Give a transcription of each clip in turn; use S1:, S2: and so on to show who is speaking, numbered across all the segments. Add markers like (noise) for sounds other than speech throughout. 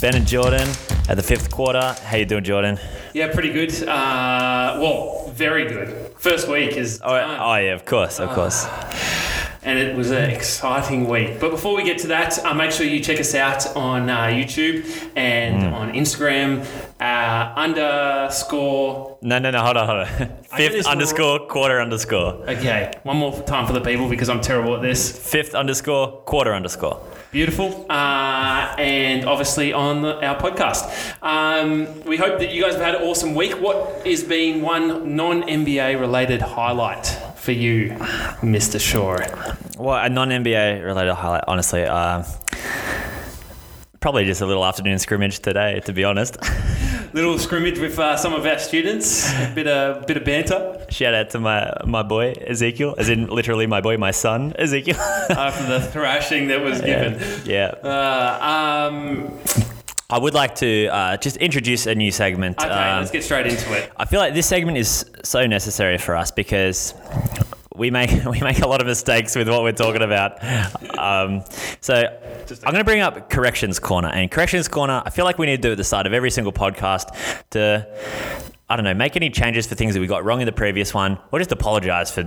S1: Ben and Jordan at the fifth quarter. How you doing, Jordan?
S2: Yeah, pretty good. Uh, well, very good. First week is
S1: Oh,
S2: done,
S1: oh yeah, of course, of
S2: (sighs)
S1: course.
S2: and it was an exciting week. But before we get to that, uh, make sure you check us out on uh, YouTube and on Instagram uh, underscore.
S1: No, no, no. Hold on, hold on.
S2: I did
S1: Fifth
S2: this
S1: underscore quarter underscore.
S2: Okay, one more time for the people because I'm terrible at this.
S1: Fifth underscore quarter underscore.
S2: Beautiful, uh, and obviously on the, our podcast. Um, we hope that you guys have had an awesome week. What is being one non NBA related highlight for you, Mr. Shaw?
S1: Well, a non NBA related highlight, honestly. Um, probably just a little afternoon scrimmage today, to be honest. (laughs)
S2: little scrimmage with uh, some of our students. A bit of bit of banter
S1: Shout out to my my boy Ezekiel, as in literally my boy, my son Ezekiel. (laughs)
S2: after the thrashing that was given.
S1: yeah.
S2: Uh, um,
S1: I would like to uh, just introduce a new segment.
S2: okay,
S1: Um,
S2: let's get straight into it.
S1: I feel like this segment is so necessary for us because we make (laughs) we make a lot of mistakes with what we're talking about. Um, so I'm going to bring up corrections corner and corrections corner. I feel like we need to do at the start of every single podcast to. I don't know, make any changes for things that we got wrong in the previous one, or just apologize for,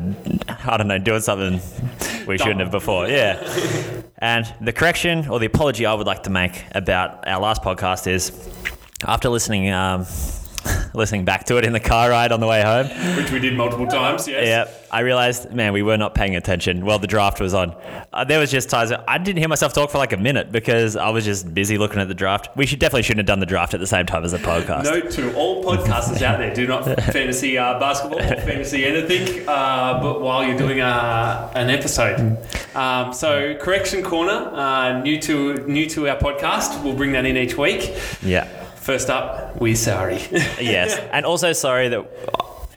S1: I don't know, doing something we shouldn't have before. Yeah. And the correction or the apology I would like to make about our last podcast is after listening um, (laughs) listening back to it in the car ride on the way
S2: (laughs)
S1: home,
S2: Which we did multiple times. Yes.
S1: yeah, I realized, man, we were not paying attention while the draft was on. Uh, there was just times that I didn't hear myself talk for like a minute because I was just busy looking at the draft. We should definitely shouldn't have done the draft at the same time as the podcast.
S2: Note to all podcasters out there:
S1: (laughs)
S2: do not fantasy uh, basketball, or fantasy anything, uh, but while you're doing uh, an episode.
S1: Mm.
S2: Um, so, correction corner, uh, new to new to our podcast, we'll bring that in each week.
S1: Yeah.
S2: First up, we're sorry. (laughs)
S1: yes. And also, sorry that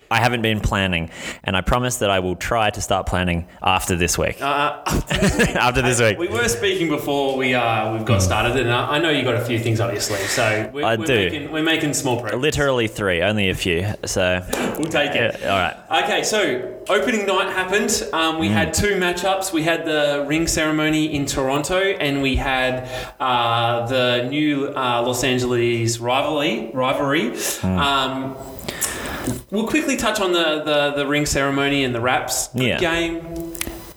S1: I haven't been planning, and I promise that I will try to start planning after this week. (laughs) after this week.
S2: We were speaking before we uh, we've got started, and I I know you got a few things on your sleeve, so we're,
S1: Hmm. I
S2: we're
S1: do.
S2: Making, we're making small progress.
S1: Literally three, only a few. So,
S2: We'll take
S1: yeah, Hmm.
S2: it.
S1: all right.
S2: Okay, so opening night happened. Um, we had two matchups. We had the ring ceremony in Toronto, and we had uh, the new uh, Los Angeles rivalry. Rivalry.
S1: Hmm.
S2: Um, we'll quickly touch on the, the, the ring ceremony and the wraps. Good
S1: Yeah.
S2: game.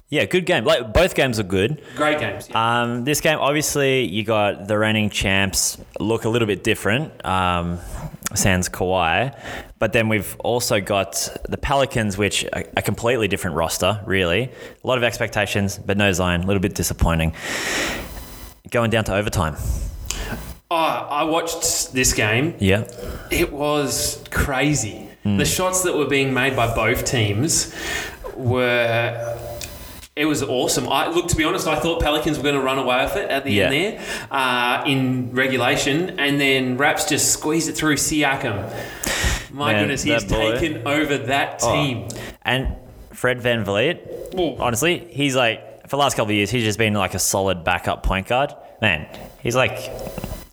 S1: Yeah, good game. Like both games are good.
S2: Great games. Yeah.
S1: Um, this game, obviously, you got the reigning champs look a little bit different. Um, sans Kawhi, but then we've also got the Pelicans, which are a completely different roster. Really, a lot of expectations, but no Zion. A little bit disappointing. Going down to overtime.
S2: Oh, I watched this game.
S1: Yeah.
S2: It was crazy.
S1: Hmm.
S2: The shots that were being made by both teams were. It was awesome. I look to be honest. I thought Pelicans were going to run away with it at the end
S1: Yeah.
S2: there uh, in regulation, and then Raps just squeezed it through Siakam. My
S1: Man,
S2: goodness, he's
S1: that boy. Oh.
S2: taken over that team.
S1: And Fred Van Vliet,
S2: Well-
S1: honestly, he's like, for the last couple of years, he's just been like a solid backup point guard. Man, he's like,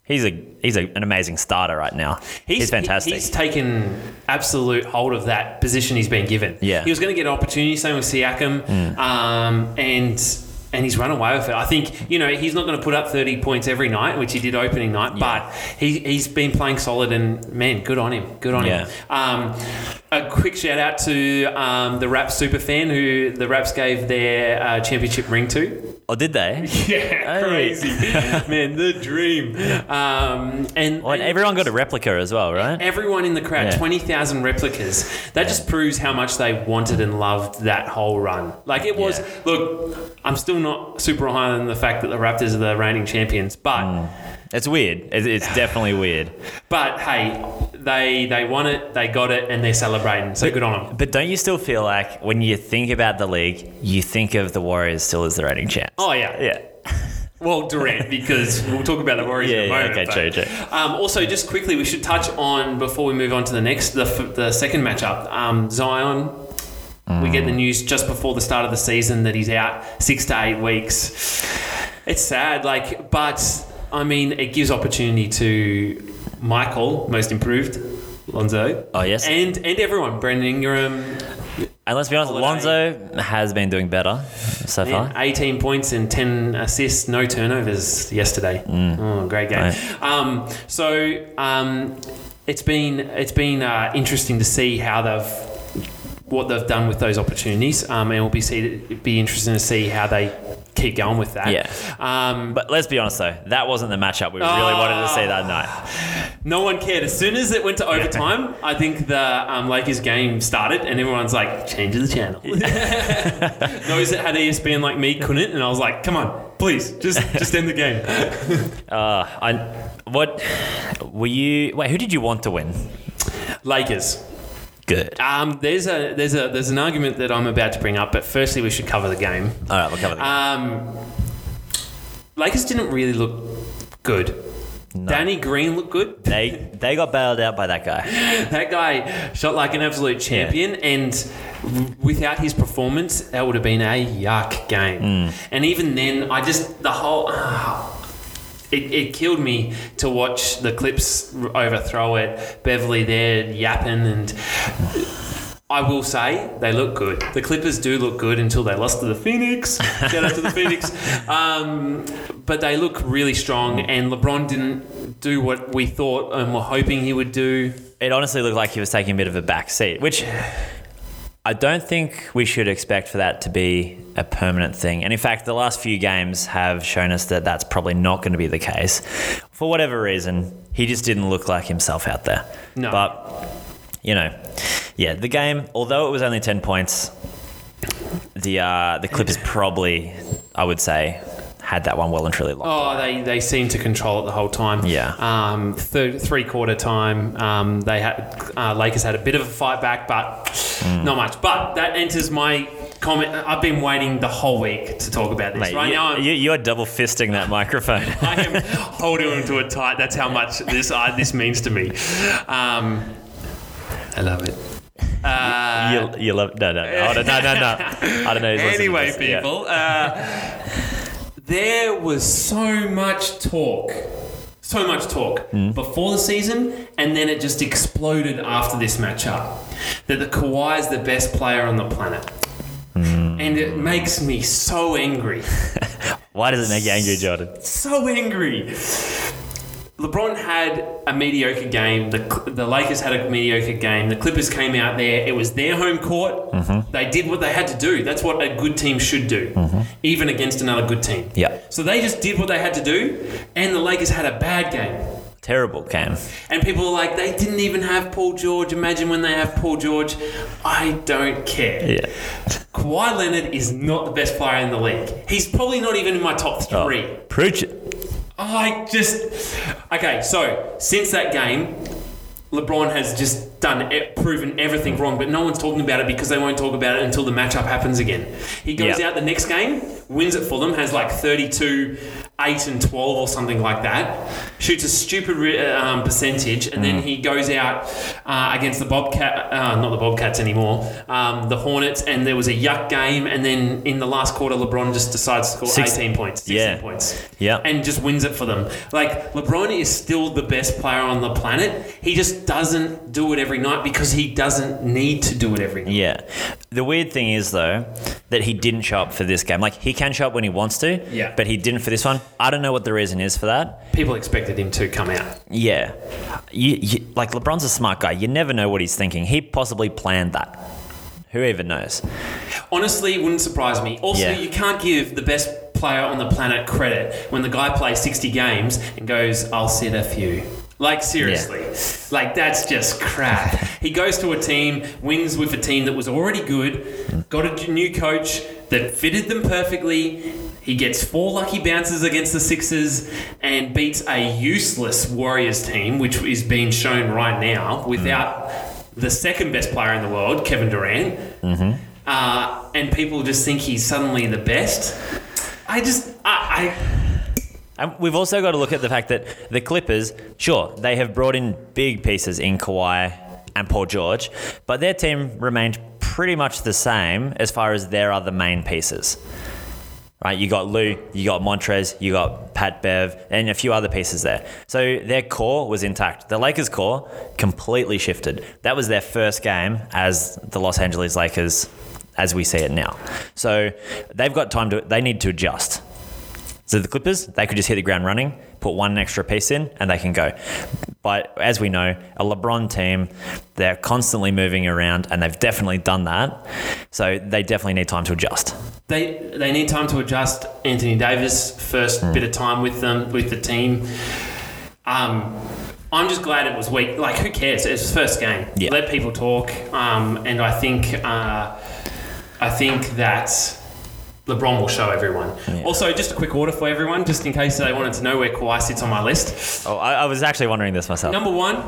S1: he's a he's a, an amazing starter right now. He's,
S2: he-
S1: fantastic.
S2: he's taken absolute hold of that position he's been given.
S1: Yeah. Mm.
S2: he was going to get an opportunity. Same with Siakam, um, and and he's run away with it. I think you know he's not going to put up thirty points every night, which he did opening night. But he he's been playing solid, and man, good on him. Good on him. Um, a quick shout out to um, the Raps super fan who the Raps gave their uh, championship ring to.
S1: or Oh, did they?
S2: (laughs) Yeah,
S1: Hey.
S2: crazy man, the dream. (laughs) Um, and,
S1: Well, and everyone got a replica as well, right?
S2: Everyone in the crowd,
S1: Yeah.
S2: 20,000 replicas. That just proves how much they wanted and loved that whole run. Like it was,
S1: Yeah.
S2: look, I'm still not super high on the fact that the Raptors are the reigning champions, but
S1: Mm. It's weird. It's, it's
S2: (sighs)
S1: definitely weird.
S2: but hey, they they won it, they got it, and they're celebrating. So good on them.
S1: But don't you still feel like when you think about the league, you think of the Warriors still as the reigning champs?
S2: Oh yeah,
S1: yeah.
S2: Well, Durant, because we'll talk about the Warriors
S1: Yeah,
S2: in a
S1: yeah,
S2: moment.
S1: okay,
S2: but-
S1: true, true.
S2: Um, also, just quickly, we should touch on before we move on to the next, the, f- the second matchup. Um, Zion, we
S1: Mm.
S2: get the news just before the start of the season that he's out six to eight weeks. It's sad, like, but I mean, it gives opportunity to Michael, most improved, Lonzo.
S1: Oh, yes.
S2: and and everyone, Brandon Ingram.
S1: And let's be honest,
S2: Holiday.
S1: Lonzo has been doing better so
S2: Yeah,
S1: far.
S2: 18 points and 10 assists, no turnovers yesterday. Oh, great game.
S1: Mm. Right.
S2: Um, so um, it's been it's been uh, interesting to see how they've what they've done with those opportunities, um, and it'll be see, be interesting to see how they keep going with that.
S1: Yeah.
S2: Um,
S1: But let's be honest though, that wasn't the matchup we really wanted to see that night.
S2: no one cared. As soon as it went to overtime, I think the um, Lakers game started, and everyone's like, "Change the channel." (laughs) Those that had E ESPN like me couldn't, and I was like, "Come on, please, just just end the game."
S1: (laughs) Uh, I, what were you? Wait, who did you want to win?
S2: Lakers.
S1: Good.
S2: Um, there's a there's a there's an argument that I'm about to bring up, but firstly, we should cover the game.
S1: All right, we'll cover that.
S2: Um, Lakers didn't really look good. Danny Green looked good.
S1: they they got bailed out by that guy.
S2: (laughs) That guy shot like an absolute champion, and w- without his performance, that would have been a yuck game. And even then, I just the whole. ah, it, it killed me to watch the clips r- overthrow it. Beverly there yapping, and I will say they look good. The Clippers do look good until they lost to the Phoenix. Shout out to the Phoenix. Um, but they look really strong, and LeBron didn't do what we thought and were hoping he would do.
S1: It honestly looked like he was taking a bit of a back seat, which I don't think we should expect for that to be a permanent thing. And in fact, the last few games have shown us that that's probably not going to be the case. For whatever reason, he just didn't look like himself out there.
S2: No.
S1: But you know, yeah, the game, although it was only 10 points, the uh, the
S2: (laughs)
S1: Clippers probably, I would say, had that one well and truly locked.
S2: Oh, they, they seemed to control it the whole time.
S1: Yeah.
S2: Um, third, three quarter time, um, they had uh, Lakers had a bit of a fight back, but
S1: Mm.
S2: not much. But that enters my comment. uh, I've been waiting the whole week to talk about this.
S1: Mate,
S2: Oh, right
S1: you,
S2: now, I'm,
S1: you, you are double fisting that microphone.
S2: (laughs) I am holding on to it tight. That's how much this uh, this means to me. Um, I love it. Uh,
S1: you, you love no no no I don't, no no no. I don't know. Who's listening
S2: anyway,
S1: to this. Yeah.
S2: people, uh, there was so much talk. So much talk before the season, and then it just exploded after this matchup. That the Kawhi is the best player on the planet, and it makes me so angry.
S1: (laughs) Why does it make you angry, Jordan?
S2: so angry. LeBron had a mediocre game. The, Cl- the Lakers had a mediocre game. The Clippers came out there. It was their home court.
S1: Mm-hmm.
S2: They did what they had to do. That's what a good team should do, even against another good team.
S1: Yeah.
S2: So they just did what they had to do, and the Lakers had a bad game.
S1: Terrible, Cam.
S2: And people are like, they didn't even have Paul George. Imagine when they have Paul George. I don't care.
S1: Yeah.
S2: Kawhi Leonard is not the best player in the league. He's probably not even in my top
S1: Oh,
S2: three.
S1: Pooch it.
S2: I just okay. So since that game, LeBron has just done e- proven everything wrong, but no one's talking about it because they won't talk about it until the matchup happens again. He goes
S1: Yeah.
S2: out the next game, wins it for them, has like 32, 8 and 12 or something like that, shoots a stupid re- uh, um, percentage, and
S1: Mm.
S2: then he goes out uh, against the Bobcat, uh, not the Bobcats anymore, um, the Hornets, and there was a yuck game, and then in the last quarter, LeBron just decides to score
S1: Six-
S2: 18 points, 16
S1: Yeah.
S2: points
S1: Yeah.
S2: and just wins it for them. Like LeBron is still the best player on the planet. He just doesn't do it every night because he doesn't need to do it every night.
S1: Yeah. The weird thing is though that he didn't show up for this game. Like he can show up when he wants to.
S2: Yeah.
S1: But he didn't for this one. I don't know what the reason is for that.
S2: People expected him to come out.
S1: Yeah. You, you, like, LeBron's a smart guy. You never know what he's thinking. He possibly planned that. Who even knows?
S2: Honestly, it wouldn't surprise me. Also,
S1: Yeah.
S2: you can't give the best player on the planet credit when the guy plays 60 games and goes, "I'll sit a few." Like seriously, like that's just crap. he goes to a team, wins with a team that was already good, got a new coach that fitted them perfectly. He gets four lucky bounces against the Sixers and beats a useless Warriors team, which is being shown right now without the second best player in the world, Kevin Durant. Uh, and people just think he's suddenly the best. I just, I,
S1: And we've also got to look at the fact that the Clippers, sure, they have brought in big pieces in Kawhi and Paul George, but their team remained pretty much the same as far as their other main pieces. right? You got Lou, you got Montrez, you got Pat Bev, and a few other pieces there. So their core was intact. The Lakers' core completely shifted. That was their first game as the Los Angeles Lakers, as we see it now. So they've got time to. They need to adjust. So the Clippers, they could just hit the ground running, put one extra piece in, and they can go. But as we know, a LeBron team, they're constantly moving around, and they've definitely done that. So they definitely need time to adjust.
S2: They they need time to adjust. Anthony Davis first bit of time with them with the team. Um, I'm just glad it was weak. Like who cares? It's his first game.
S1: Yeah.
S2: Let people talk. Um, and I think uh, I think that. LeBron will show everyone. Also, just a quick order for everyone, just in case they wanted to know where Kawhi sits on my list.
S1: Oh, I, I was actually wondering this myself.
S2: Number one,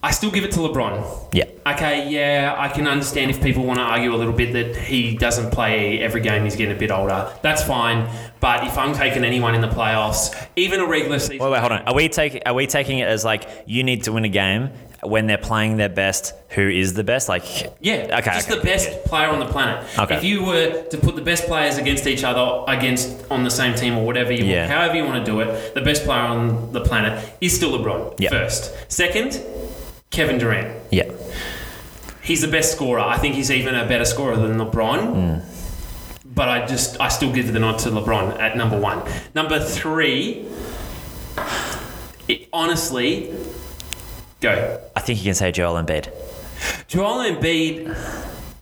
S2: I still give it to LeBron.
S1: Yeah.
S2: Okay, yeah, I can understand if people want to argue a little bit that he doesn't play every game, he's getting a bit older. That's fine. But if I'm taking anyone in the playoffs, even a regular season.
S1: Wait, wait, hold on. Are we taking are we taking it as like you need to win a game when they're playing their best? Who is the best? Like
S2: Yeah,
S1: Okay,
S2: just
S1: okay,
S2: the best player on the planet.
S1: Okay.
S2: If you were to put the best players against each other, against on the same team or whatever you
S1: Yeah.
S2: want, however you want to do it, the best player on the planet is still LeBron.
S1: Yeah.
S2: First, second, Kevin Durant.
S1: yeah.
S2: He's the best scorer. I think he's even a better scorer than LeBron.
S1: Hmm.
S2: But I just, I still give the nod to LeBron at number one. Number three, it- honestly, go.
S1: I think you can say Joel Embiid.
S2: Joel Embiid,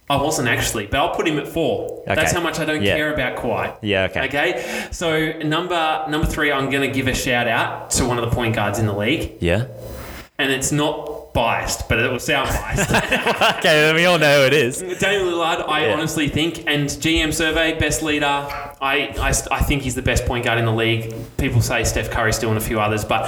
S2: I wasn't actually, but I'll put him at four. That's
S1: Okay.
S2: how much I don't
S1: Yeah.
S2: care about Kawhi.
S1: Yeah, okay.
S2: Okay. So number number three, I'm going to give a shout out to one of the point guards in the league,
S1: Yeah. (laughs)
S2: and it's not biased, but it will
S1: (laughs)
S2: sound biased.
S1: okay, then we all know who it is.
S2: Damian Lillard, I
S1: Yeah.
S2: honestly think, and GM survey best leader. I, I, I think he's the best point guard in the league. People say Steph Curry still and a few others, but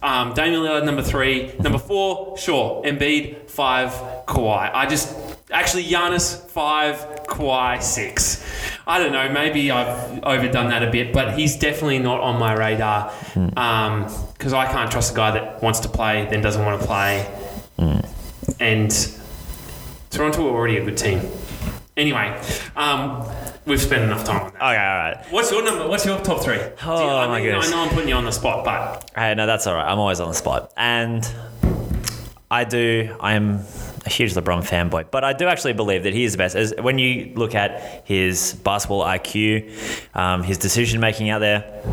S2: um, Damian Lillard number three, number four, sure, Embiid five, Kawhi. I just actually Giannis five, Kawhi six. I don't know, maybe I've overdone that a bit, but he's definitely not on my radar because I can't trust a guy that wants to play then doesn't want to play, and. Toronto are already a good team. Anyway, um, we've spent enough time on that.
S1: Okay, all right.
S2: What's your number? What's your top three?
S1: Oh,
S2: Do you- I
S1: my
S2: mean,
S1: goodness.
S2: I know I'm putting you on the spot, but
S1: Hey, no, that's all right. I'm always on the spot, and I do. I am a huge LeBron fanboy, but I do actually believe that he is the best. As when you look at his basketball IQ, um, his decision making out there.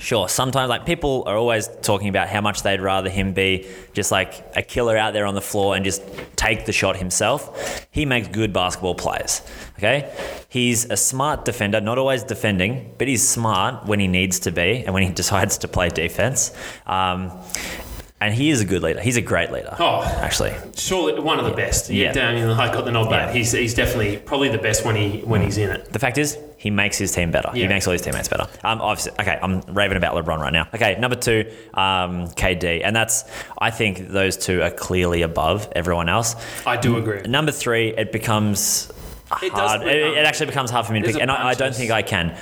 S1: Sure, sometimes like people are always talking about how much they'd rather him be just like a killer out there on the floor and just take the shot himself. He makes good basketball plays. Okay, he's a smart defender, not always defending, but he's smart when he needs to be and when he (laughs) decides to play defense. Um, and he is a good leader. He's a great leader.
S2: Oh.
S1: actually,
S2: surely one of the best. Yeah,
S1: Yeah.
S2: Damian Lillard got the nod back.
S1: Yeah.
S2: He's, he's definitely probably the best when he when he's in it.
S1: the fact is, he makes his team better. He
S2: Yeah.
S1: makes all his teammates better. Um, obviously, okay, I'm raving about LeBron right now. Okay, number two, um, KD, and that's I think those two are clearly above everyone else.
S2: I do agree.
S1: Number three, it becomes
S2: It does
S1: hard. It,
S2: become-
S1: it actually becomes hard for me to
S2: There's
S1: pick,
S2: a
S1: and I, I don't
S2: bunch of-
S1: think I can.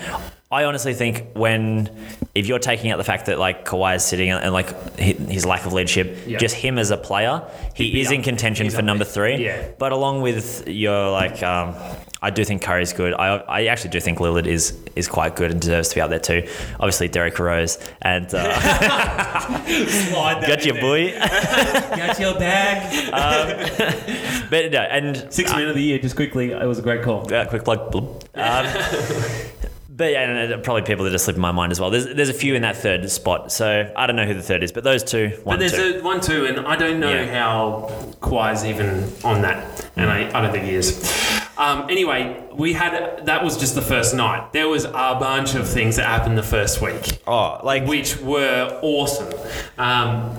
S1: I honestly think when, if you're taking out the fact that like Kawhi is sitting and, and like hi- his lack of leadership,
S2: Yeah.
S1: just him as a player, he
S2: be
S1: is in
S2: up-
S1: contention
S2: he's
S1: for
S2: up
S1: number
S2: there.
S1: three.
S2: Yeah.
S1: But along with your like, um, I do think Curry's good. I, I actually do think Lillard is is quite good and deserves to be up there too. Obviously Derek Rose and
S2: (laughs)
S1: uh, (laughs) got your boy,
S2: Got your bag.
S1: but no, and
S2: Six men of the year, just quickly. It was a great call.
S1: uh, quick plug. bloop. Um,
S2: (laughs)
S1: but yeah, and uh, probably people that just slip in my mind as well. There's there's a few in that third spot, so I don't know who the third is, but those two, one,
S2: But there's
S1: two.
S2: a one two, and I don't know
S1: Yeah.
S2: how Kawhi's even on that, and I, I don't think he is. Um, anyway, we had that was just the first night. There was a bunch of things that happened the first week,
S1: oh, like
S2: which were awesome. Um,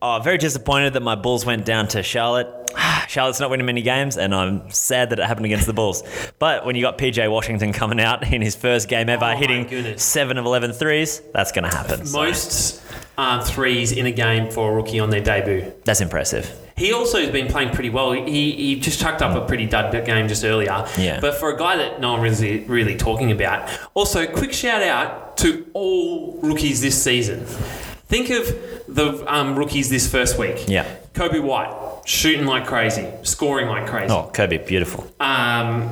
S1: oh, very disappointed that my Bulls went down to Charlotte. (sighs) Charlotte's not winning many games, and I'm sad that it happened against the Bulls. But when you got PJ Washington coming out in his first game ever,
S2: Oh my
S1: hitting
S2: goodness.
S1: seven of 11 threes, that's going to happen. So
S2: most um, threes in a game for a rookie on their debut.
S1: that's impressive.
S2: He also has been playing pretty well. He, he just chucked up a pretty dud game just earlier.
S1: Yeah.
S2: But for a guy that no one really really talking about, also quick shout out to all rookies this season. Think of the um, rookies this first week.
S1: Yeah.
S2: Kobe White shooting like crazy, scoring like crazy.
S1: Oh, Kobe, beautiful.
S2: Um,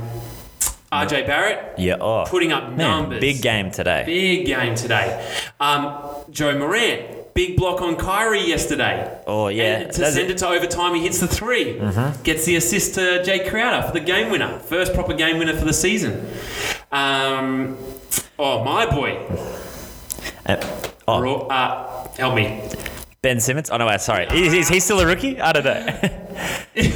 S2: RJ Barrett
S1: Yeah. Oh,
S2: putting up
S1: man,
S2: numbers.
S1: big game today.
S2: Big game today. Um, Joe Morant, big block on Kyrie yesterday.
S1: Oh, yeah.
S2: And to
S1: That's Mm-hmm.
S2: send
S1: it.
S2: it to overtime, he hits the 3 Gets the assist to Jake Crowder for the game winner. First proper game winner for the season. Um, oh, my boy.
S1: Uh, oh,
S2: Ro- uh, help me. (laughs)
S1: Ben Simmons. Oh no, wait, sorry. Is, is he still a rookie? I don't know.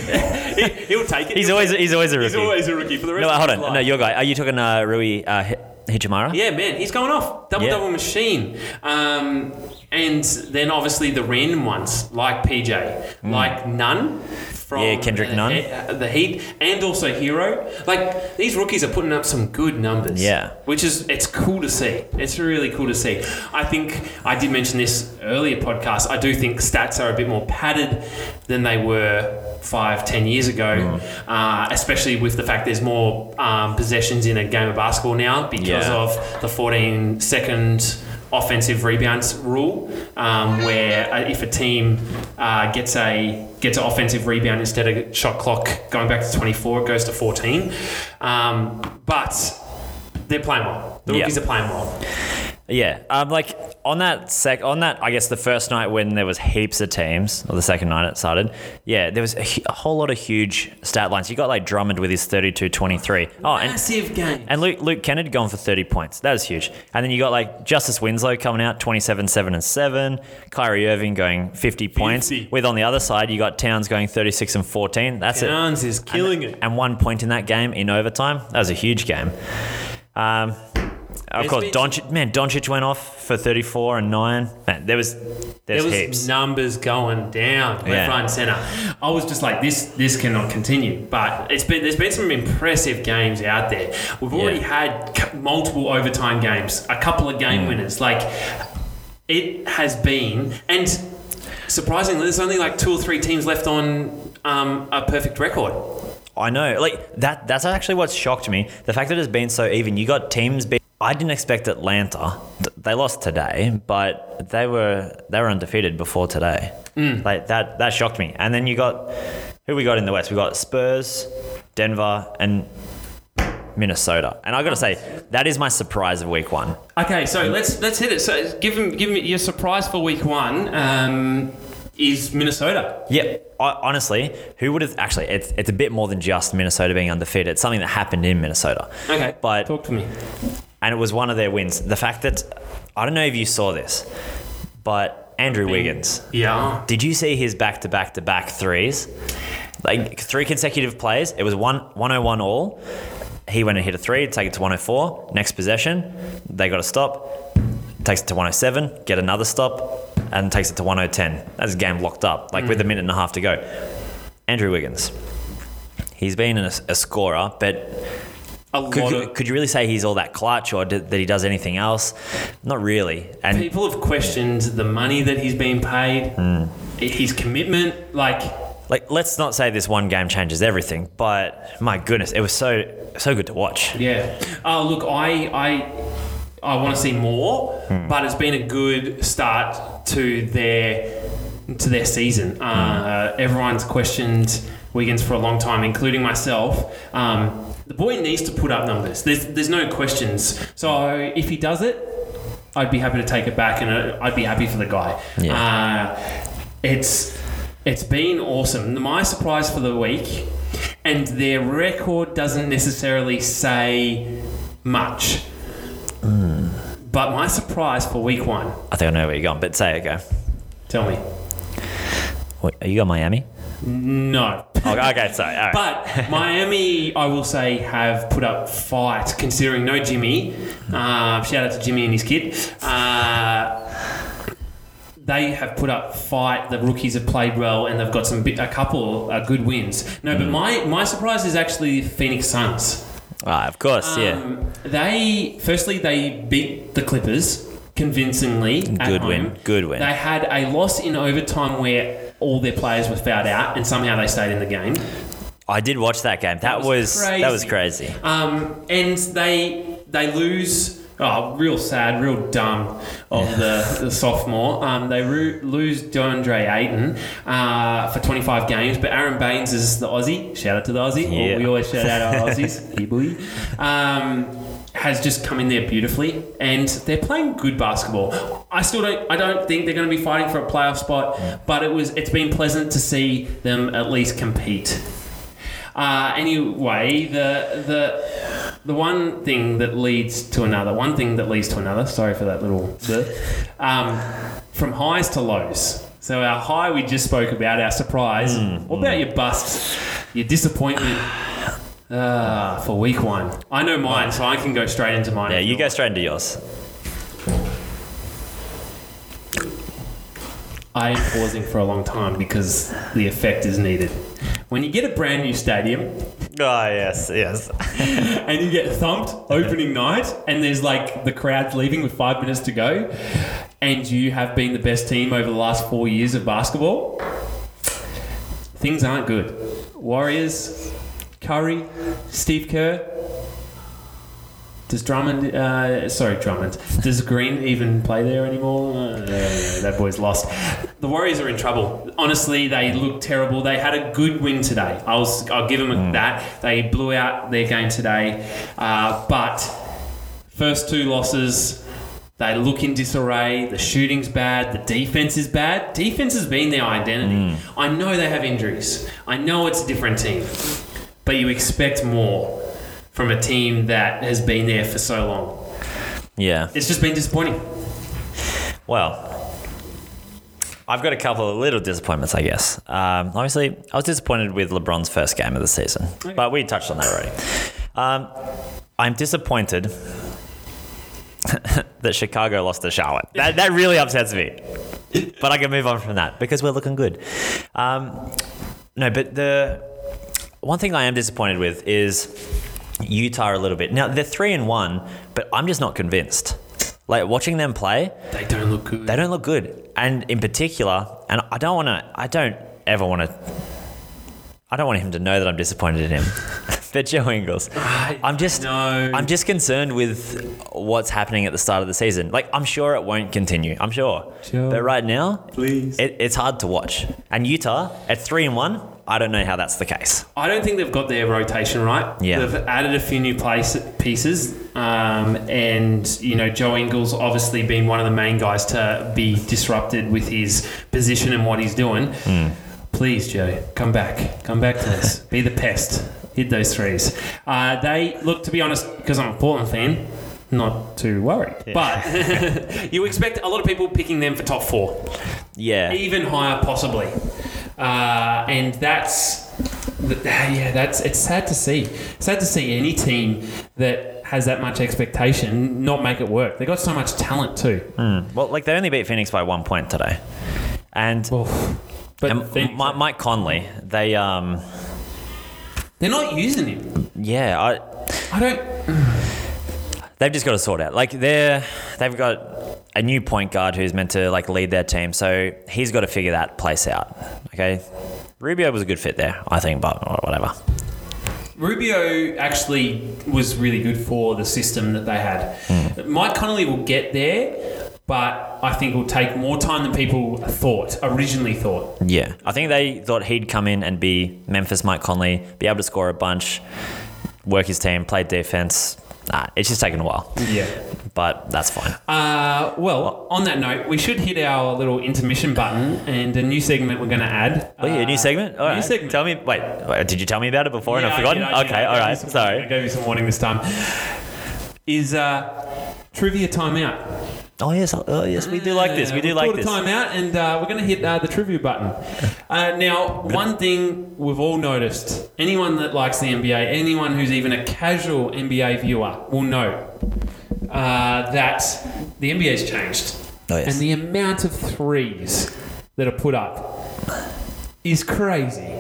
S2: He'll take
S1: (laughs)
S2: it.
S1: he's
S2: He'll
S1: always
S2: take it.
S1: he's always a rookie.
S2: He's always a rookie for the rest
S1: no,
S2: of
S1: wait, hold
S2: his
S1: on.
S2: life.
S1: No, your guy. Are you talking uh, Rui uh, Hi- Hachimura?
S2: Yeah, man, he's going off. Double
S1: Yeah.
S2: double machine. Um, and then obviously the random ones like PJ, like Nunn from
S1: Hmm. Yeah, Kendrick
S2: the,
S1: Nunn.
S2: uh, the Heat, and also Hero. Like these rookies are putting up some good numbers.
S1: Yeah.
S2: which is it's cool to see. It's really cool to see. I think I did mention this earlier podcast. I do think stats are a bit more padded than they were five, ten years ago, uh, especially with the fact there's more um, possessions in a game of basketball now because
S1: Yeah.
S2: of of the 14 second offensive rebounds rule, um, where uh, if a team uh, gets a gets an offensive rebound instead of shot clock going back to 24, it goes to 14. Um, but they're playing well. The
S1: Yeah.
S2: rookies are playing well.
S1: Yeah, um, like on that sec, on that I guess the first night when there was heaps of teams, or the second night it started. Yeah, there was a, hu- a whole lot of huge stat lines. You got like Drummond with his 32-23. Oh, and
S2: Massive game.
S1: and Luke Luke Kennard gone for 30 points. That was huge. And then you got like Justice Winslow coming out 27 7 and 7, Kyrie Irving going 50 points.
S2: 50.
S1: With on the other side you got Towns going 36 and 14. That's it
S2: Jones is killing it.
S1: and one point in that game in overtime. That was a huge game. Um, of
S2: It's
S1: course,
S2: been-
S1: Doncic. Man, Doncic went off for thirty-four and nine. Man, there was
S2: There
S1: there's
S2: was
S1: heaps.
S2: numbers going down left,
S1: Yeah.
S2: right, and centre. I was just like, this this cannot continue. But it's been there's been some impressive games out there. We've already had c- multiple overtime games, a couple of
S1: Mm.
S2: game winners. Like it has been, and surprisingly, there's only like two or three teams left on um, a perfect record.
S1: I know. Like that. That's actually what shocked me. The fact that it's been so even. You got teams. Be- I didn't expect Atlanta. th- They lost today, but they were they were undefeated before today. Like that. That shocked me. And then you got who we got in the West. We got Spurs, Denver, and. Minnesota, and I gotta say that is my surprise of week one.
S2: Okay, so let's let's hit it. So give him give him your surprise for week one. Um, is Minnesota?
S1: Yeah, I, honestly, who would have actually? It's, it's a bit more than just Minnesota being undefeated. It's something that happened in Minnesota.
S2: Okay,
S1: but
S2: talk to me.
S1: and it was one of their wins. The fact that I don't know if you saw this, but Andrew Wiggins,
S2: Yeah.
S1: did you see his back to back to back threes? Like three consecutive plays. It was one 101 all. He went and hit a three, take it to 104. Next possession, they got a stop. Takes it to 107, get another stop, and takes it to 1010. That's a game locked up, like with a minute and a half to go. Andrew Wiggins. He's been a, a scorer, but
S2: A lot
S1: could,
S2: of
S1: could, could you really say he's all that clutch or d that he does anything else? Not really. And
S2: people have questioned the money that he's been paid,
S1: Hmm.
S2: his commitment. Like,
S1: like, let's not say this one game changes everything, but my goodness, it was so so good to watch.
S2: yeah. Oh, look, I, I, I want to see more, but it's been a good start to their to their season. Uh, everyone's questioned Wiggins for a long time, including myself. Um, the boy needs to put up numbers. There's there's no questions. So if he does it, I'd be happy to take it back, and uh, I'd be happy for the guy. Uh, it's it's been awesome. My surprise for the week, and their record doesn't necessarily say much. But my surprise for week one,
S1: I think I know where you're going, but say it go.
S2: tell me,
S1: Wait, are you going Miami?
S2: no.
S1: Oh, okay, sorry. All right.
S2: But Miami, I will say, have put up fight considering no Jimmy. Uh, shout out to Jimmy and his kid. Uh, they have put up fight. The rookies have played well, and they've got some bit, a couple uh, good wins. No,
S1: Mm.
S2: but my my surprise is actually Phoenix Suns.
S1: Ah, of course, yeah.
S2: Um, They firstly they beat the Clippers convincingly. at
S1: Good
S2: home.
S1: win, good win.
S2: They had a loss in overtime where all their players were fouled out, and somehow they stayed in the game.
S1: I did watch that game. That,
S2: was
S1: was, that was
S2: crazy.
S1: crazy.
S2: Um, and they they lose oh, real sad, real dumb of the, the sophomore. Um, they ru- lose DeAndre Ayton uh, for 25 games, but Aaron Baines is the Aussie. Shout out to the Aussie.
S1: Yeah.
S2: We always shout out our Aussies. Hey, boy. Um, has just come in there beautifully, and they're playing good basketball. I still don't. I don't think they're going to be fighting for a playoff spot, but it was. It's been pleasant to see them at least compete. Uh, anyway, the the the one thing that leads to another, one thing that leads to another. Sorry for that little. bit. Um, from highs to lows. So our high we just spoke about, our surprise. what about your busts, your disappointment? Uh, for week one, I know mine, so I can go straight into mine.
S1: Yeah, you go straight into yours.
S2: I am pausing for a long time because the effect is needed. When you get a brand new stadium,
S1: Oh, yes, yes.
S2: and you get thumped opening night, and there's like the crowd's leaving with five minutes to go, and you have been the best team over the last four years of basketball, things aren't good. Warriors, Curry, Steve Kerr. Does Drummond, uh, sorry, Drummond, does Green even play there anymore? Uh, that boy's lost. The Warriors are in trouble. Honestly, they look terrible. They had a good win today. I was, I'll give them that. They blew out their game today, uh, but First two losses, they look in disarray. The shooting's bad. The defense is bad. Defense has been their identity. I know they have injuries. I know it's a different team, but you expect more from a team that has been there for so long.
S1: Yeah.
S2: It's just been disappointing.
S1: Well, I've got a couple of little disappointments, I guess. Um, obviously, I was disappointed with LeBron's first game of the season, but we touched on that already. Um, I'm disappointed (laughs) that Chicago lost to Charlotte. That, that really upsets me. But I can move on from that because we're looking good. Um, no, but the one thing I am disappointed with is Utah a little bit. Now they're three and one, but I'm just not convinced. Like watching them play,
S2: They don't look good.
S1: they don't look good. And in particular, and I don't want to, I don't ever want to, I don't want him to know that I'm disappointed in him. (laughs) but Joe Ingles, I'm just,
S2: know.
S1: I'm just concerned with what's happening at the start of the season. Like, I'm sure it won't continue. I'm sure.
S2: Joe,
S1: but right now,
S2: please.
S1: it, it's hard to watch. And Utah at three and one, I don't know how that's the case.
S2: I don't think they've got their rotation right.
S1: Yeah.
S2: They've added a few new place, pieces. Um, and, you know, Joe Ingles obviously been one of the main guys to be disrupted with his position and what he's doing. Please, Joe, come back. Come back to this. be the pest. Hit those threes. Uh, they, look, to be honest, because I'm a Portland fan, not too worried. But (laughs) you expect a lot of people picking them for top four
S1: Yeah.
S2: even higher possibly uh, and that's th- yeah that's it's sad to see sad to see any team that has that much expectation not make it work they got so much talent too
S1: Mm. Well, like they only beat Phoenix by one point today. And,
S2: but
S1: and
S2: they,
S1: Mi- Mike Conley, they, um,
S2: they're not using him
S1: yeah, I,
S2: i don't
S1: they've just got to sort out. Like they're they've got a new point guard who's meant to like lead their team, so he's got to figure that place out. Okay, Rubio was a good fit there, I think, but whatever.
S2: Rubio actually was really good for the system that they had.
S1: Hmm.
S2: Mike Connolly will get there, but I think will take more time than people thought originally thought.
S1: Yeah, I think they thought he'd come in and be Memphis Mike Conley, be able to score a bunch, work his team, play defense. Nah, it's just taken a while.
S2: Yeah.
S1: but that's fine.
S2: Uh, well, on that note, we should hit our little intermission button and a new segment we're going to add.
S1: Oh, yeah,
S2: Uh,
S1: new segment. All
S2: new
S1: right.
S2: segment.
S1: Tell me. Wait, wait, did you tell me about it before and
S2: Yeah,
S1: I've
S2: I
S1: forgotten?
S2: did, I did.
S1: okay,
S2: I
S1: all
S2: gave you
S1: right.
S2: some-
S1: Sorry.
S2: I gave you some warning this time. Is uh, trivia timeout.
S1: Oh yes, oh yes, we do like this. We do
S2: Uh,
S1: like
S2: called a
S1: this.
S2: timeout, and uh, we're going to hit uh, the
S1: (laughs)
S2: trivia button. Uh, now, one thing we've all noticed: anyone that likes the NBA, anyone who's even a casual NBA viewer, will know uh, that the NBA's changed.
S1: Oh, yes.
S2: And the amount of threes that are put up is crazy.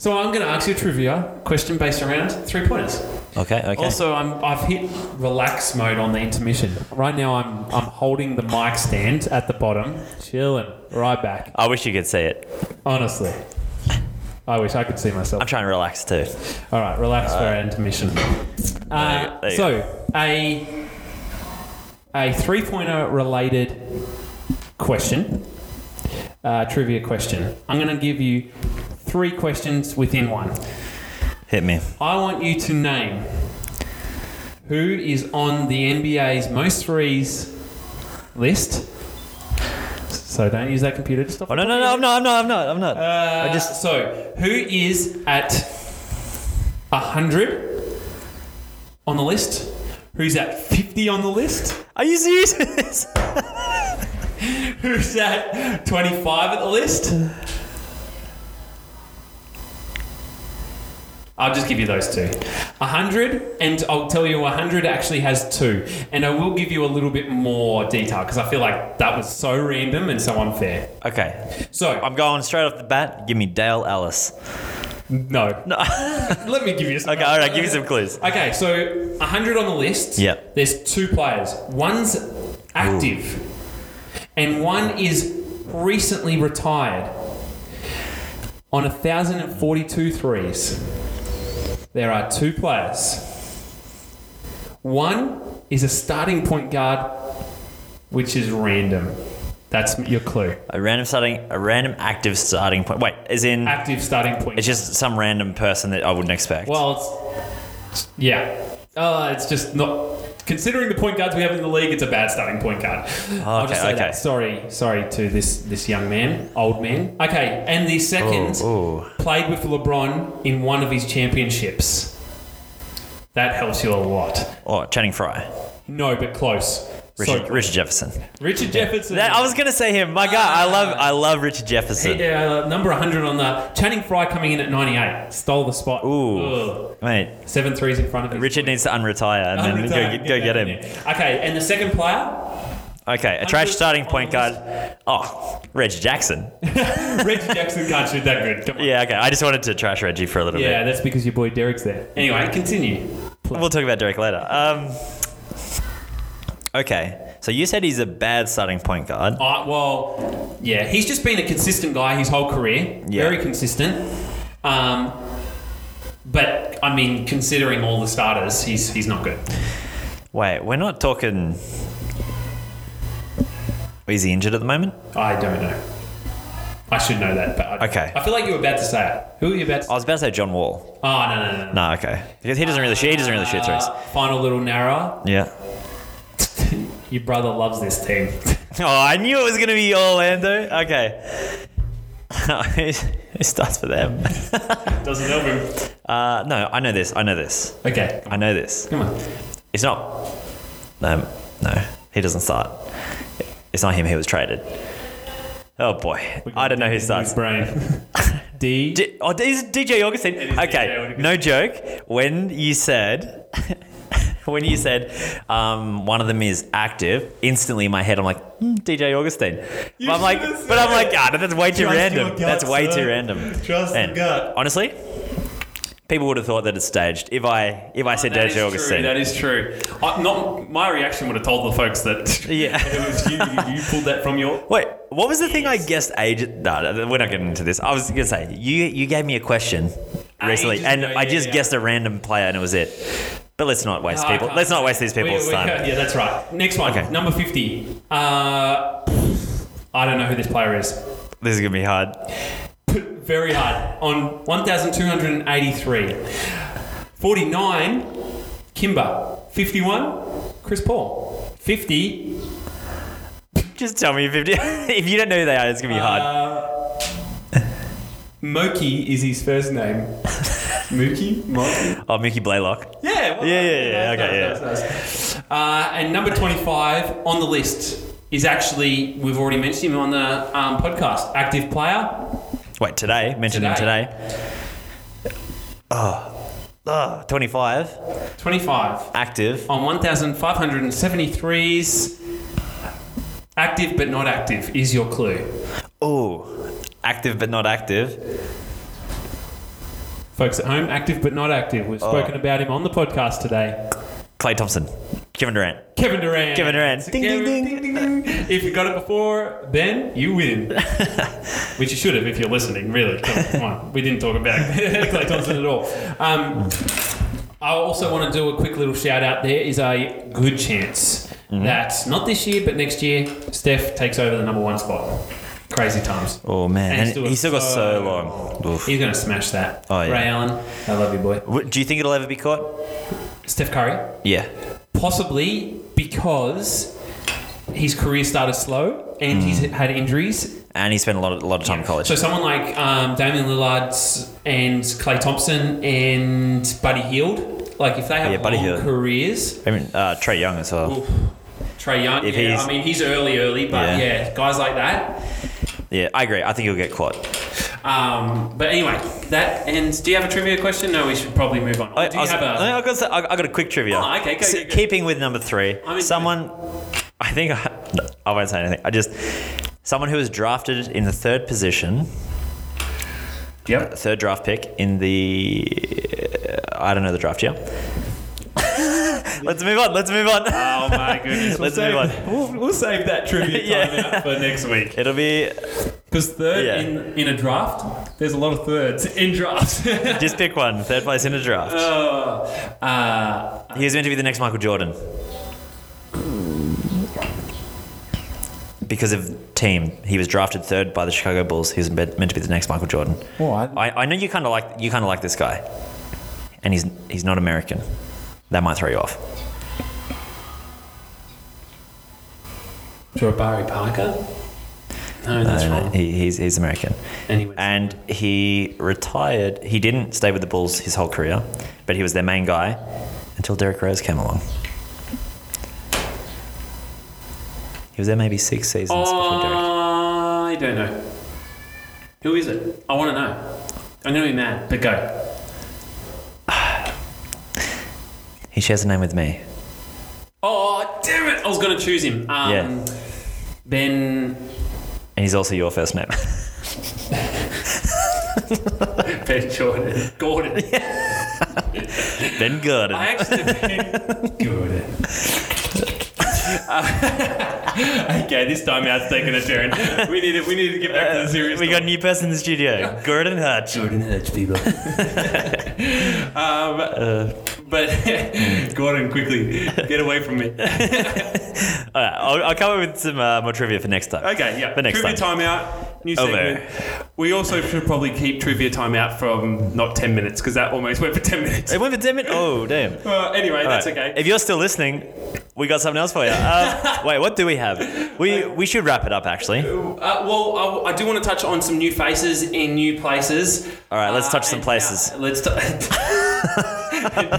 S2: So I'm going to ask you a trivia question based around three pointers.
S1: Okay, okay.
S2: Also, I'm, I've hit relax mode on the intermission. Right now, I'm I'm holding the mic stand at the bottom, chilling right back.
S1: I wish you could see it.
S2: Honestly, I wish I could see myself.
S1: I'm trying to relax too.
S2: All right, relax for our intermission. Uh,
S1: there you
S2: so, a a 3.0 related question, uh, trivia question. I'm going to give you three questions within one.
S1: Hit me.
S2: I want you to name who is on the NBA's most threes list. So don't use that computer to stop.
S1: Oh no no no! I'm not. I'm not. I'm not. I'm not.
S2: Uh,
S1: I just-
S2: so who is at hundred on the list? Who's at fifty on the list?
S1: Are you serious? (laughs)
S2: Who's at twenty-five at the list? I'll just give you those two. 100, and I'll tell you 100 actually has two. And I will give you a little bit more detail because I feel like that was so random and so unfair.
S1: okay.
S2: So,
S1: I'm going straight off the bat. Give me Dale Ellis.
S2: no.
S1: No.
S2: (laughs) Let me give you
S1: (laughs)
S2: some.
S1: okay. All right. Give
S2: (laughs)
S1: me some clues.
S2: Okay, so 100 on the list.
S1: Yep.
S2: There's two players. One's active, and one is recently retired on 1,042 threes. There are two players. One is a starting point guard, which is random. That's your clue.
S1: A random starting. A random active starting point. Wait. Is in.
S2: Active starting point.
S1: It's just some random person that I wouldn't expect.
S2: Well, it's, yeah. Uh, it's just not. Considering the point guards we have in the league, it's a bad starting point guard. I'll just say
S1: okay.
S2: that. Sorry, sorry to this this young man, old man. Okay, and the second
S1: Ooh, ooh.
S2: played with LeBron in one of his championships. That helps you a lot.
S1: Oh, Channing Frye.
S2: No, but close.
S1: Richard,
S2: so,
S1: Richard Jefferson.
S2: Richard Jefferson.
S1: That- I was gonna say him. My God, I love I love Richard Jefferson.
S2: Yeah, uh, number 100 on the Channing Frye coming in at 98 stole the spot.
S1: Ooh,
S2: Ugh.
S1: mate.
S2: Seven threes in front of him.
S1: Richard needs to unretire and then
S2: Unretire.
S1: go, go get
S2: that in
S1: him.
S2: there. Okay, and the second player,
S1: Okay, a trash
S2: Unretire.
S1: starting point guard. Oh, Reg Jackson.
S2: Reggie Jackson can't shoot that good. Come on.
S1: Yeah, okay. I just wanted to trash Reggie for a little
S2: Yeah, that's because your boy Derek's there. Anyway, continue.
S1: bit. We'll talk about Derek later. Um, okay, so you said he's a bad starting point guard.
S2: Uh, well, yeah, he's just been a consistent guy his whole career.
S1: Yeah.
S2: Very consistent. Um, but I mean, considering all the starters, he's he's not good.
S1: Wait, we're not talking. Is he injured at the moment?
S2: I don't know. I should know that, but I,
S1: Okay.
S2: I feel like you were about to say it. Who are you about to?
S1: I was about to say John Wall.
S2: Oh no no no. no.
S1: No, okay. Because he doesn't really shoot. He doesn't really shoot threes.
S2: Uh, final little narrow.
S1: Yeah.
S2: (laughs) Your brother loves this team. (laughs)
S1: Oh, I knew it was going to be Orlando. Okay. (laughs) Who starts for them?
S2: Doesn't help him.
S1: (laughs) Uh, no, I know this. I know this.
S2: Okay.
S1: I know this.
S2: Come on.
S1: It's not. No, no, he doesn't start. It's not him who was traded. Oh boy, I don't know who starts.
S2: brain. (laughs) D.
S1: D- oh, is it DJ Augustine?
S2: is DJ
S1: Okay,
S2: Augustine.
S1: no joke. When you said, (laughs) when you said, um, one of them is active, instantly in my head, I'm like, hmm, DJ Augustine. But I'm like,
S3: should've
S1: but
S3: said
S1: I'm like, ah, that's way too
S3: Trust your
S1: random.
S3: gut,
S1: That's way
S3: son.
S1: too random.
S3: Trust your
S1: And
S3: gut.
S1: Honestly, people would have thought that it's staged if I if I said
S4: That is
S1: DJ
S4: true.
S1: Augustine.
S4: That is true. I, not my reaction would have told the folks that.
S1: (laughs) Yeah.
S4: (laughs) it was you. You pulled that from your.
S1: Wait, what was the thing I guessed age? No, no, we're not getting into this. I was gonna say you you gave me a question recently,
S2: Ages
S1: and
S2: ago,
S1: I
S2: yeah,
S1: just
S2: yeah.
S1: guessed a random player, and it was it. But let's not waste
S2: I
S1: people.
S2: can't
S1: Let's not
S2: say.
S1: waste these
S2: We-
S1: people's
S2: we
S1: time.
S2: can't- Yeah, that's right. Next one.
S1: Okay.
S2: Number 50. Uh, I don't know who this
S4: (laughs)
S2: player is.
S1: This is gonna be hard.
S2: Very hard. On 1,283. 49, Kimber. 51, Chris Paul. 50,
S1: Just tell me if you, (laughs) if you don't know who they are, it's gonna be hard.
S2: uh, Moki is his
S1: (laughs)
S2: first name. Mookie? Moki?
S1: Oh, Mickey Blaylock.
S2: Yeah. well,
S1: Yeah, yeah, yeah,
S2: nice,
S1: okay,
S2: nice, nice, nice. Uh, and number 25 on the list is actually, we've already mentioned him on the um, podcast, active player.
S1: Wait, today mentioned him
S2: Today.
S1: today. Oh, oh, 25
S2: 25
S1: active.
S2: on 1,573s. Active but not active is your clue.
S1: Oh, active but not active.
S2: Folks at home, active but not active. We've
S1: Oh.
S2: spoken about him on the podcast today.
S1: Clay Thompson, Kevin Durant.
S2: Kevin Durant.
S1: Kevin Durant. Ding, ding, ding.
S2: Kevin- ding, ding. If you got it before, then you
S1: (laughs)
S2: win. Which you should have
S5: (laughs)
S2: if you're listening, really. Come on. We didn't talk about Clay Thompson at all. Um,
S5: I also want to do a quick little shout out. There is a good chance
S1: Mm-hmm.
S5: that not this year, but next year, Steph takes over the number one spot. Crazy times.
S1: Oh man,
S5: And
S1: and
S5: he's still
S1: he's still got so
S5: so-
S1: long. Oof.
S5: He's going to smash that.
S1: Oh, yeah.
S5: Ray Allen, I love you, boy.
S1: W- Do you think it'll ever be caught?
S5: Steph Curry,
S1: Yeah.
S5: possibly because his career started slow and he's had injuries.
S1: And he spent a lot of, a lot of time in Mm. college.
S5: So someone like um, Damian Lillard and Clay Thompson and Buddy Hield, like if they have
S1: Yeah, Buddy
S5: long
S1: Hield.
S5: careers,
S1: I mean, uh, Trey Young as well.
S5: Trey Young,
S1: If
S5: yeah,
S1: he's-
S5: I mean he's early, early, but
S1: Yeah.
S5: yeah, guys like that.
S1: Yeah, I agree. I think he'll get caught.
S5: Um,
S2: But anyway, that ends. Do you have a trivia question? No, we should probably move on.
S1: I,
S2: Do
S1: I
S2: you
S1: was-
S2: have a?
S1: no, I got, s- I I got a quick trivia.
S2: Oh, okay, go,
S1: S-
S2: go, go.
S1: Keeping with number three,
S2: I'm in-
S1: someone, I think, (laughs) I, no, I won't say anything. I just, someone who was drafted in the third position,
S2: Yep.
S1: third draft pick in the, uh, I don't know the draft year. (laughs) let's move on. Let's move on.
S2: Oh my goodness.
S1: Let's
S5: save,
S1: move on.
S5: We'll, we'll save that trivia
S1: (laughs) Yeah.
S5: time out for next week.
S1: (laughs) It'll be
S5: Because third
S1: Yeah.
S5: in, in a draft, there's a lot of
S2: (laughs)
S5: thirds in drafts.
S1: just pick one. Third place in a draft.
S5: uh,
S1: he was meant to be the next Michael Jordan. Because of team, he was drafted third by the Chicago Bulls. He was meant meant to be the next Michael Jordan.
S5: What?
S1: I, I know you kind of like you kind of like this guy, and he's he's not American. That might throw you off.
S2: Jabari Parker. No, that's
S1: No, Uh, no,
S2: wrong.
S1: he, he's he's American.
S2: Anyway.
S1: and he retired. He didn't stay with the Bulls his whole career, but he was their main guy until Derrick Rose came along. He was there maybe six seasons
S2: Oh.
S1: before Derrick.
S2: I don't know. Who is it? I want to know. I'm gonna be mad, but go.
S1: He shares a name with me.
S2: Oh damn it! I was gonna choose him. Um,
S1: Yeah.
S2: Ben.
S1: And he's also your first name.
S2: (laughs) Ben Jordan.
S1: (laughs)
S2: Gordon.
S1: ben Gordon. (laughs)
S2: I actually.
S5: good.
S2: (laughs)
S5: okay, this time out's taking a turn.
S2: we need to. We need to get back to the serious.
S1: we got a new person in the
S2: (laughs)
S1: studio. Gordon Hutch.
S5: Jordan Hurts, people.
S2: Um, but (laughs) Gordon, quickly get away from me.
S1: All right, I'll, I'll come up with some uh, more trivia for next time.
S2: Okay, yeah.
S1: For next
S2: trivia
S1: time.
S2: time. out. New
S1: Over.
S2: segment. We also should probably keep trivia time out from not ten minutes because that almost went for ten minutes. (laughs)
S1: It went for 10 minutes. Oh, damn.
S2: Well, anyway, (laughs) that's
S1: Right.
S2: okay.
S1: If you're still listening, we got something else for you.
S2: (laughs)
S1: Um, wait, what do we have? We we should wrap it up, actually. All
S2: Uh, well, I, I do want to touch on some new faces in new places.
S1: right, let's
S2: Uh,
S1: touch some
S2: and
S1: places.
S2: how- let's.
S1: (laughs)
S2: T- (laughs) and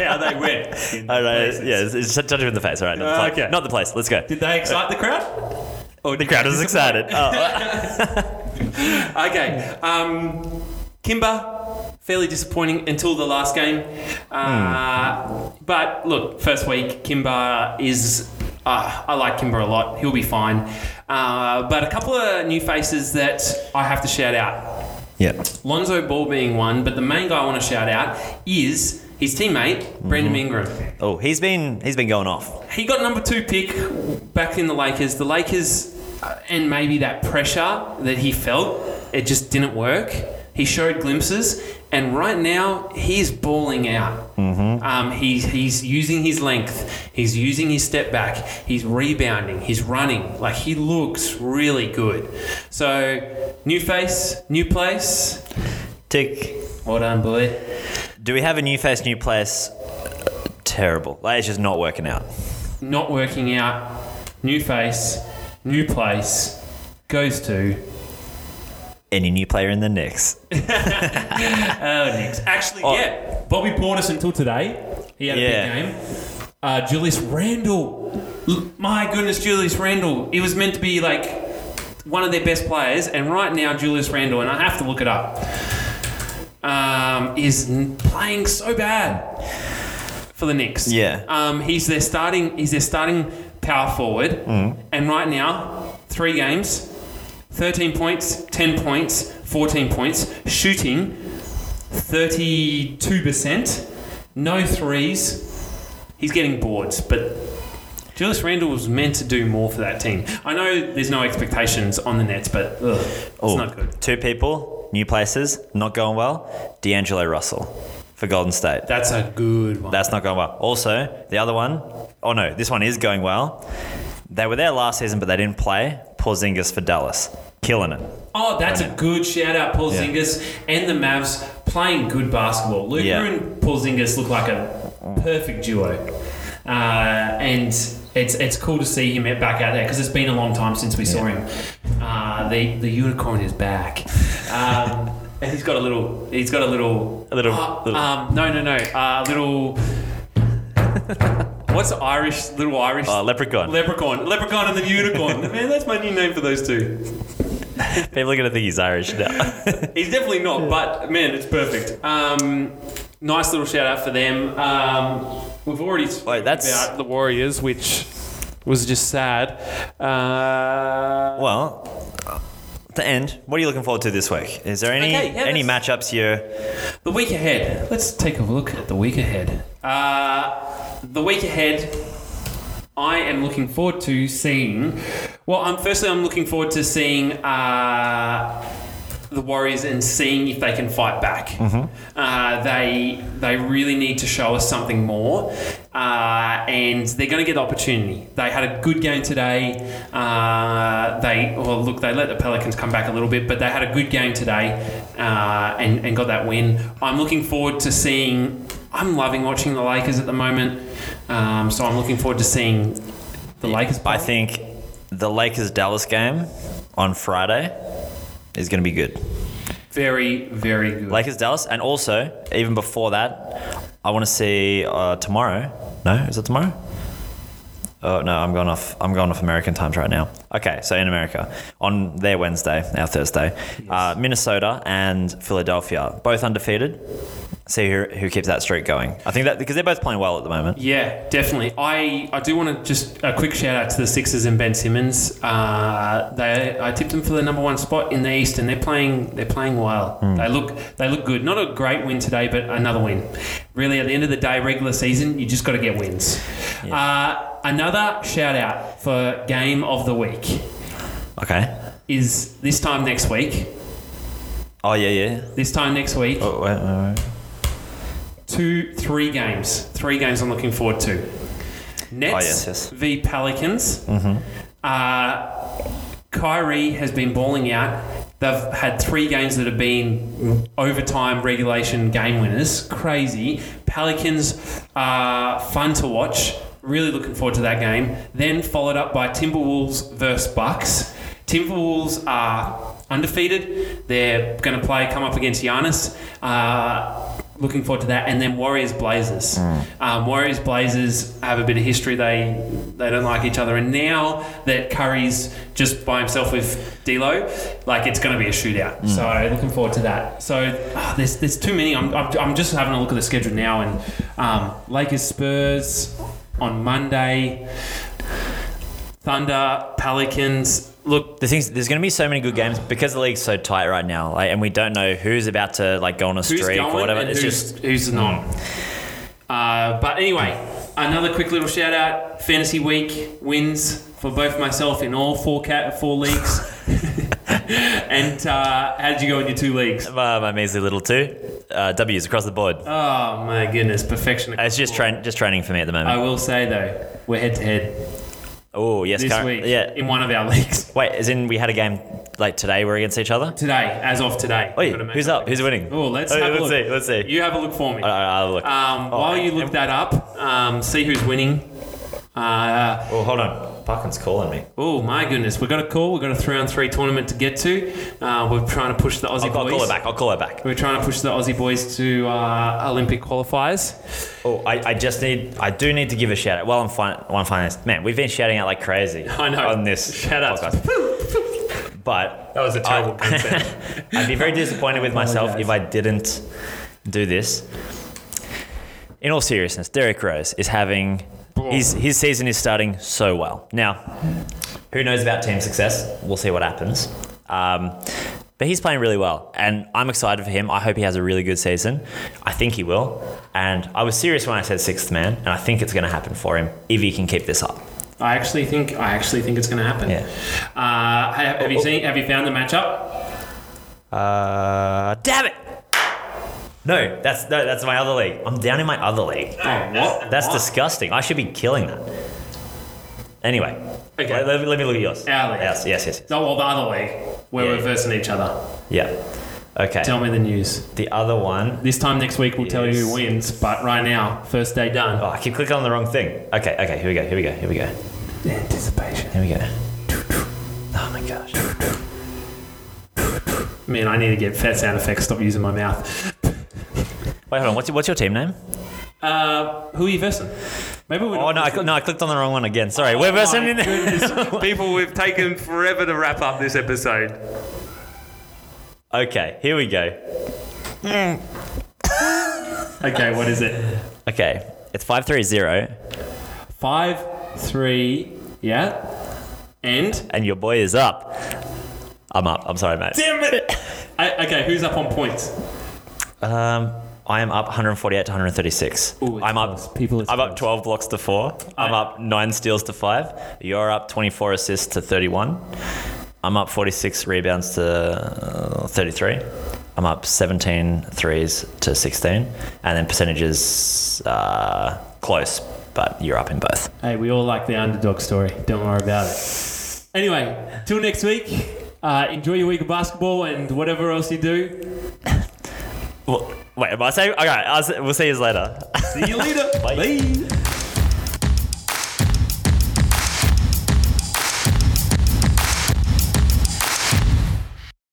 S2: how they went. in
S1: All right,
S2: places.
S1: Oh, yeah, it's, it's touch it in the face. All right, not the,
S2: Uh,
S1: place.
S2: okay.
S1: not the place. Let's go.
S2: Did they excite the crowd?
S1: Oh, the crowd was excited. Oh,
S2: Okay. Um, Kimber, fairly disappointing until the last game. Uh, But look, first week, Kimber is. Uh, I like Kimber a lot. He'll be fine. Uh, but a couple of new faces that I have to shout out.
S1: yeah.
S2: Lonzo Ball being one, but the main guy I want to shout out is his teammate, Brandon Ingram.
S1: Oh, he's been he's been going off.
S2: He got number two pick back in the Lakers. The Lakers, uh, and maybe that pressure that he felt, it just didn't work. He showed glimpses, and right now he's balling out. Um, he's he's using his length, he's using his step back, he's rebounding, he's running. Like he looks really good. So new face, new place.
S1: Tick.
S2: Well done, boy.
S1: Do we have a new face, new place? Terrible. Like it's just not working out.
S2: not working out, new face, new place, goes to
S1: Any new player in the Knicks?
S2: oh, Knicks. Actually, yeah,
S5: Bobby Portis until today, he had
S1: Yeah.
S5: a big game. Uh, Julius Randle.
S2: L- my goodness, Julius Randle. He was meant to be like one of their best players, and right now Julius Randle, and I have to look it up, um, is n- playing so bad for the Knicks.
S1: Yeah.
S2: um, he's their starting. He's their starting power forward,
S1: Mm-hmm.
S2: and right now, three games. 13 points, 10 points, 14 points, shooting 32%, no threes. He's getting boards, but Julius Randle was meant to do more for that team. I know there's no expectations on the Nets, but ugh, it's
S1: Oh,
S2: not good.
S1: Two people, new places, not going well. D'Angelo Russell. for Golden State.
S2: That's a good one.
S1: That's not going well. Also, the other one, oh no, this one is going well. They were there last season, but they didn't play. Porzingis for Dallas, killing it.
S5: Oh, that's a good shout out, Paul Zingas and the Mavs playing good basketball. Luca
S1: Yeah.
S5: and Paul Zingas look like a perfect duo, uh, and it's it's cool to see him back out there because it's been a long time since we saw him. Uh, the the unicorn is back. Um, and (laughs) he's got a little. He's got a little.
S1: A little-
S2: (gasps)
S5: uh,
S1: little-
S5: Um, no, no, no. Uh, little. What's Irish? Little Irish.
S1: Oh, leprechaun.
S5: Leprechaun, leprechaun, and the (laughs) unicorn. Man, that's my new name for those two.
S1: People are going to think he's Irish now.
S5: He's definitely not, but man, it's perfect. Um, nice little shout out for them. Um, we've already spoken
S1: that's-
S5: about the Warriors, which was just sad. Uh,
S1: (laughs) well, to end, what are you looking forward to this week? Is there any
S5: Okay, yeah,
S1: any matchups you're?
S5: the week ahead. Let's take a look at the week ahead. Uh, the week ahead. I am looking forward to seeing. Well, I'm firstly I'm looking forward to seeing. Uh, the Warriors and seeing if they can fight back. Uh, they they really need to show us something more, uh, and they're going to get the opportunity. They had a good game today. Uh, they well look they let the Pelicans come back a little bit, but they had a good game today uh, and and got that win. I'm looking forward to seeing. I'm loving watching the Lakers at the moment, um, so I'm looking forward to seeing the Lakers. play.
S1: I think the Lakers Dallas game on Friday is going to be good.
S5: very very good.
S1: Lakers Dallas, and also even before that, I want to see uh, tomorrow. No, is it tomorrow? Oh no, I'm going off. I'm going off American times right now. Okay, so in America on their Wednesday, our Thursday, uh, Minnesota and Philadelphia, both undefeated. See who, who keeps that streak going. I think that because they're both playing well at the moment.
S2: Yeah, definitely. I, I do want to just a quick shout out to the Sixers and Ben Simmons. Uh, they I tipped them for the number one spot in the East, and they're playing they're playing well. They look they look good. Not a great win today, but another win. Really, at the end of the day, regular season, you just got to get wins. Uh, another shout out for game of the week
S1: Okay.
S2: is this time next week.
S1: Oh yeah, yeah.
S2: This time next week,
S1: Oh, wait, wait, wait.
S2: two three games, three games. I'm looking forward to. Nets
S1: Oh, yes, yes. Mm-hmm.
S2: v Pelicans. Uh, Kyrie has been balling out. They've had three games that have been overtime regulation game winners. Crazy. Pelicans are fun to watch. Really looking forward to that game. Then followed up by Timberwolves versus Bucks. Timberwolves are undefeated. They're going to play come up against Giannis. Uh, looking forward to that. And then Warriors Blazers. Um, Warriors Blazers have a bit of history. They they don't like each other. And now that Curry's just by himself with D'Lo, like it's going to be a shootout. So looking forward to that. So ah, there's there's too many. I'm, I'm, I'm just having a look at the schedule now. And um, Lakers Spurs on Monday. Thunder Pelicans. Look,
S1: The things there's going to be so many good games because the league's so tight right now, like, and we don't know who's about to like go on a
S2: who's
S1: streak
S2: going
S1: or whatever.
S2: and
S1: It's
S2: who's,
S1: just Hmm.
S2: who's not. Uh, but anyway, another quick little shout out. Fantasy week wins for both myself in all four cat four leagues. (laughs) and uh, how did you go in your two leagues?
S1: Uh, my measly little two. Uh, W's across the board.
S2: Oh my goodness, perfection.
S1: it's just train, just training for me at the
S2: I
S1: moment.
S2: will say though, we're head to head
S1: Oh yes,
S2: this
S1: current-
S2: week
S1: yeah.
S2: in one of our (laughs) leagues
S1: Wait, as in we had a game like today, we're against each other.
S2: today, as of today.
S1: Wait,
S2: Gotta make
S1: who's
S2: up.
S1: up? Who's winning?
S2: Oh, let's
S1: Okay,
S2: have a
S1: let's
S2: look.
S1: see. Let's see.
S2: You have a look for me.
S1: All right, I'll look.
S2: Um,
S1: Oh,
S2: while you
S1: and-
S2: look that up, um, see who's winning. Uh,
S1: oh, hold on. Parkin's calling me.
S2: Oh my goodness, we've got a call. We've got a three-on-three tournament to get to. Uh, we're trying to push the Aussie
S1: I'll, I'll
S2: boys.
S1: call her back. I'll call her back.
S2: We're trying to push the Aussie boys to uh, Olympic qualifiers.
S1: Oh, I, I just need. I do need to give a shout out. Well, I'm fine. Well, I'm fine. Man, we've been shouting out like crazy.
S2: (laughs) I know.
S1: On this
S2: Shout outs.
S1: podcast. but
S2: That was a terrible
S1: I, (laughs) I'd be very disappointed with myself if I didn't do this. In all seriousness, Derek Rose is having his his season is starting so well. Now, who knows about team success? We'll see what happens. Um, but he's playing really well, and I'm excited for him. I hope he has a really good season. I think he will. And I was serious when I said sixth man, and I think it's going to happen for him if he can keep this up.
S2: I actually think I actually think it's going to happen.
S1: Yeah. Oh,
S2: Uh, have, have you seen? Have you found the matchup?
S1: Uh, damn it! No, that's no, that's my other league. I'm down in my other league.
S2: Oh, what?
S1: That's
S2: Why?
S1: disgusting. I should be killing that. Anyway,
S2: Okay.
S1: let, let me- let me look at yours.
S2: Our league.
S1: Yes, yes, yes.
S2: No, Oh, well, the other league where
S1: Yeah.
S2: we're versing each other.
S1: Yeah. Okay.
S2: Tell me the news.
S1: The other one.
S2: This time next week, we'll tell you
S1: Yes.
S2: who wins. But right now, first day done.
S1: Oh, I keep clicking on the wrong thing. Okay, okay, here we go, here we go, here we go.
S2: Anticipation.
S1: Here we go. Oh my gosh.
S2: Man, I need to get fat sound effects. Stop using my mouth.
S1: Wait, hold on. What's your, what's your team name?
S2: Uh, who are you versing? Maybe we're
S1: Oh
S2: not
S1: no, I, cl- no, I clicked on the wrong one again. Sorry, we're versing.
S2: Oh my (laughs)
S5: People, we've taken forever to wrap up this episode.
S1: okay, here we go.
S2: Okay, what is it?
S1: Okay, it's five three zero,
S2: Five, three, yeah, and
S1: and your boy is up. I'm up. I'm sorry, mate.
S2: damn it. I, okay, who's up on points?
S1: Um, I am up 148 to 136.
S2: Ooh, it's
S1: I'm up.
S2: close. People, it's
S1: I'm up
S2: close.
S1: 12 blocks to four. I'm
S2: I-
S1: up nine steals to five. You're up 24 assists to 31. I'm up 46 rebounds to uh, 33. I'm up 17 threes to 16, and then percentages uh, close, but you're up in both.
S2: Hey, we all like the underdog story. Don't worry about it. Anyway, till next week. Uh, enjoy your week of basketball and whatever else you do. (laughs)
S1: Well, wait, am I saying? Okay, I'll, s- we'll see you later.
S2: See you later.
S1: Bye.
S2: Bye.